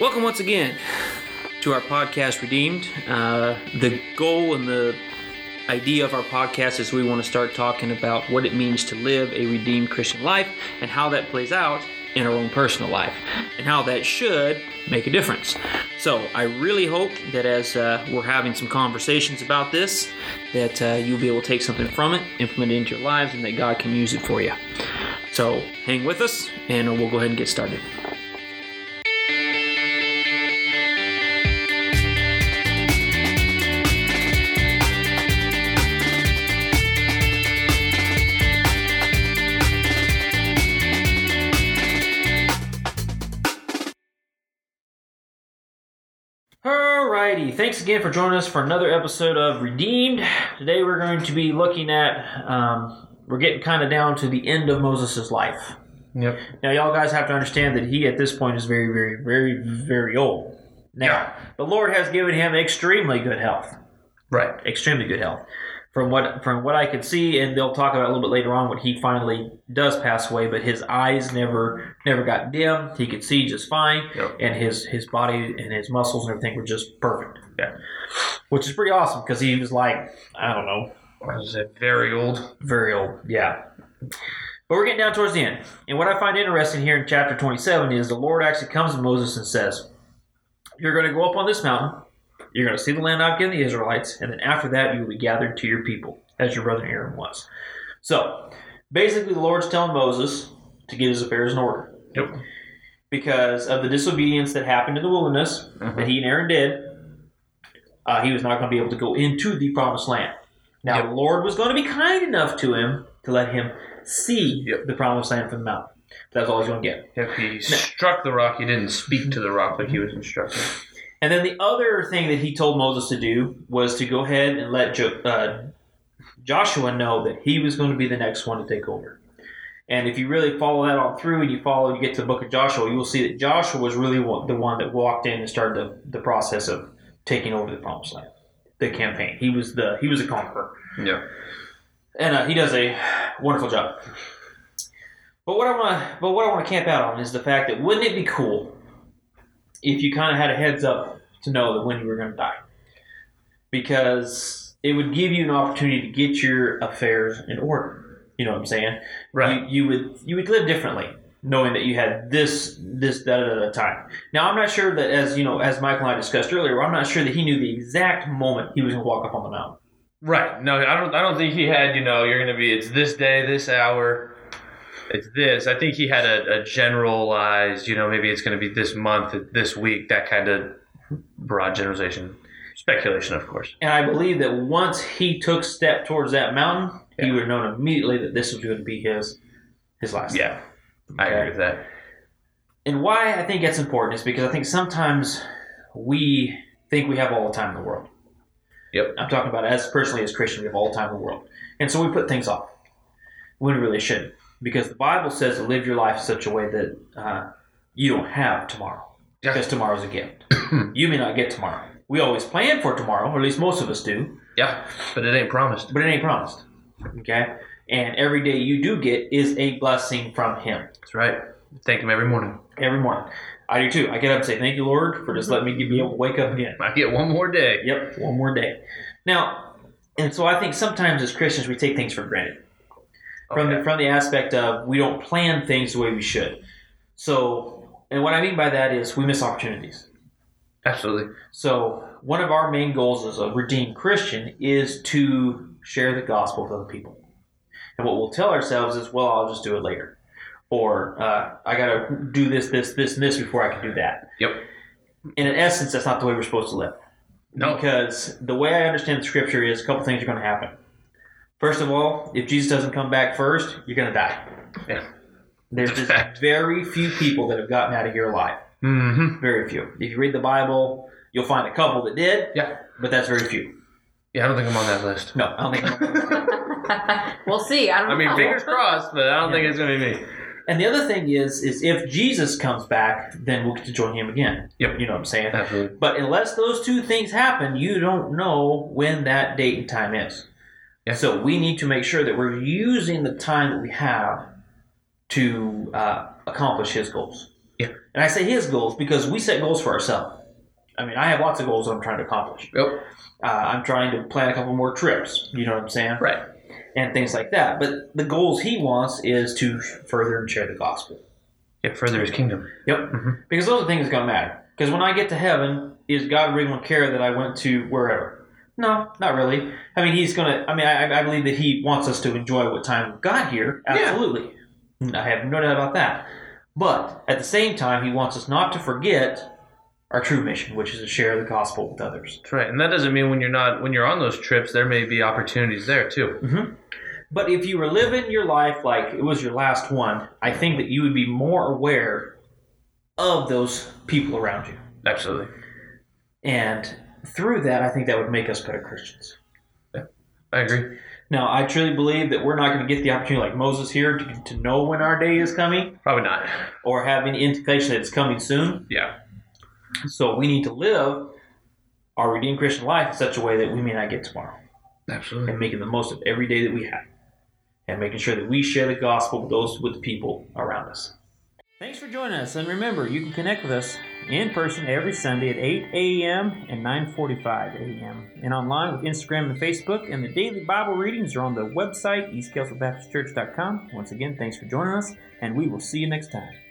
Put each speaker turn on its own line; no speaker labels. Welcome once again to our podcast, Redeemed. Uh, the goal and the idea of our podcast is we want to start talking about what it means to live a redeemed Christian life and how that plays out in our own personal life and how that should make a difference. So I really hope that as uh, we're having some conversations about this, that uh, you'll be able to take something from it, implement it into your lives, and that God can use it for you. So hang with us, and we'll go ahead and get started. Alrighty, thanks again for joining us for another episode of Redeemed. Today we're going to be looking at, um, we're getting kind of down to the end of Moses' life.
Yep.
Now, y'all guys have to understand that he at this point is very, very, very, very old. Now,
Yeah.
the Lord has given him extremely good health,
Right.
extremely good health. From what from what I could see, and they'll talk about a little bit later on when he finally does pass away, but his eyes never never got dim. He could see just fine,
Yep.
and his his body and his muscles and everything were just perfect.
Yeah.
which is pretty awesome because he was like I don't know
I was gonna say very old.
very old. Yeah. But we're getting down towards the end. And what I find interesting here in chapter 27 is the Lord actually comes to Moses and says, You're going to go up on this mountain. You're going to see the land I've given the Israelites. And then after that, you will be gathered to your people, as your brother Aaron was. So basically, the Lord's telling Moses to get his affairs in order
Yep.
because of the disobedience that happened in the wilderness that he and Aaron did. Uh, he was not going to be able to go into the promised land. Now,
Yep.
the Lord was going to be kind enough to him to let him see
Yep.
the promised land from the mountain. That's all he's going to get.
Yep. He struck the rock. He didn't speak to the rock like he was instructed.
And then the other thing that he told Moses to do was to go ahead and let jo- uh, Joshua know that he was going to be the next one to take over. And if you really follow that on through and you follow, you get to the book of Joshua, you will see that Joshua was really one, the one that walked in and started the, the process of taking over the promised land, the campaign. He was the he was a conqueror.
Yeah.
and uh, he does a wonderful job. But what I want to, but what I want to camp out on is the fact that wouldn't it be cool if you kind of had a heads up to know that when you were going to die, because it would give you an opportunity to get your affairs in order. You know what I'm saying?
Right.
You, you would you would live differently knowing that you had this this that at a time. Now I'm not sure that as you know as Michael and I discussed earlier, I'm not sure that he knew the exact moment he was going to walk up on the mountain.
Right. No, I don't. I don't think he had. You know, you're gonna be. It's this day, this hour. It's this. I think he had a, a generalized. You know, maybe it's gonna be this month, this week, that kind of broad generalization, speculation, of course.
And I believe that once he took step towards that mountain, he
Yeah.
would have known immediately that this was going to be his his last.
Yeah. I agree with that.
And why I think that's important is because I think sometimes we think we have all the time in the world.
Yep.
I'm talking about as personally as Christian, we have all the time in the world. And so we put things off when we really shouldn't. Because the Bible says to live your life in such a way that uh, you don't have tomorrow.
Yeah.
Because tomorrow's a gift. you may not get tomorrow. We always plan for tomorrow, or at least most of us do.
Yeah. But it ain't promised.
but it ain't promised. Okay, and every day you do get is a blessing from Him
That's right. Thank him every morning.
every morning. I do too. I get up and say, "Thank you, Lord, for just letting me be able to wake up again."
I get one more day.
Yep, one more day. Now, and so I think sometimes as Christians we take things for granted from the,
Okay.
from the aspect of we don't plan things the way we should. So, and what I mean by that is we miss opportunities.
Absolutely.
So, one of our main goals as a redeemed Christian is to share the gospel with other people. And what we'll tell ourselves is, well, I'll just do it later. Or, uh, I got to do this, this, this, and this before I can do that.
Yep.
And in essence, that's not the way we're supposed to live.
No.
Because the way I understand the scripture is a couple things are going to happen. First of all, if Jesus doesn't come back first, you're going to die.
Yeah.
There's
It's a
just
fact.
very few people that have gotten out of here alive.
Mm-hmm.
Very few. If you read the Bible, you'll find a couple that did,
Yeah.
but that's very few.
Yeah, I don't think I'm on that list.
No, I don't think.
we'll see. I don't
I
know.
mean, fingers crossed, but I don't
Yeah.
think it's gonna be me.
and the other thing is, is if Jesus comes back, then we'll get to join him again.
Yep.
You know what I'm saying?
Absolutely.
But unless those two things happen, you don't know when that date and time is.
Yeah.
So we need to make sure that we're using the time that we have to uh, accomplish his goals.
Yeah.
And I say his goals because we set goals for ourselves. I mean, I have lots of goals that I'm trying to accomplish.
Yep.
Uh, I'm trying to plan a couple more trips. You know what I'm saying?
Right.
And things like that. But the goals he wants is to further and share the gospel.
Yeah, further his kingdom.
Yep.
Mhm.
Because those are the things that's going to matter. Because when I get to heaven, is God really going to care that I went to wherever? No, not really. I mean, he's going to, I mean, I, I believe that he wants us to enjoy what time we got here.
Yeah.
Absolutely. I have no doubt about that. But at the same time, he wants us not to forget our true mission, which is to share the gospel with others.
That's right. And that doesn't mean when you're not when you're on those trips, there may be opportunities there too.
But if you were living your life like it was your last one, I think that you would be more aware of those people around you.
Absolutely.
And through that, I think that would make us better Christians.
I agree.
Now, I truly believe that we're not going to get the opportunity like Moses here to, to know when our day is coming
Probably not.
or have any indication that it's coming soon.
Yeah.
So we need to live our redeemed Christian life in such a way that we may not get tomorrow
Absolutely.
and making the most of every day that we have and making sure that we share the gospel with those with the people around us. Thanks for joining us, and remember, you can connect with us in person every Sunday at 8 a.m. and 9:45 a.m. and online with Instagram and Facebook. And the daily Bible readings are on the website eastcastlebaptistchurch.com. Once again, thanks for joining us, and we will see you next time.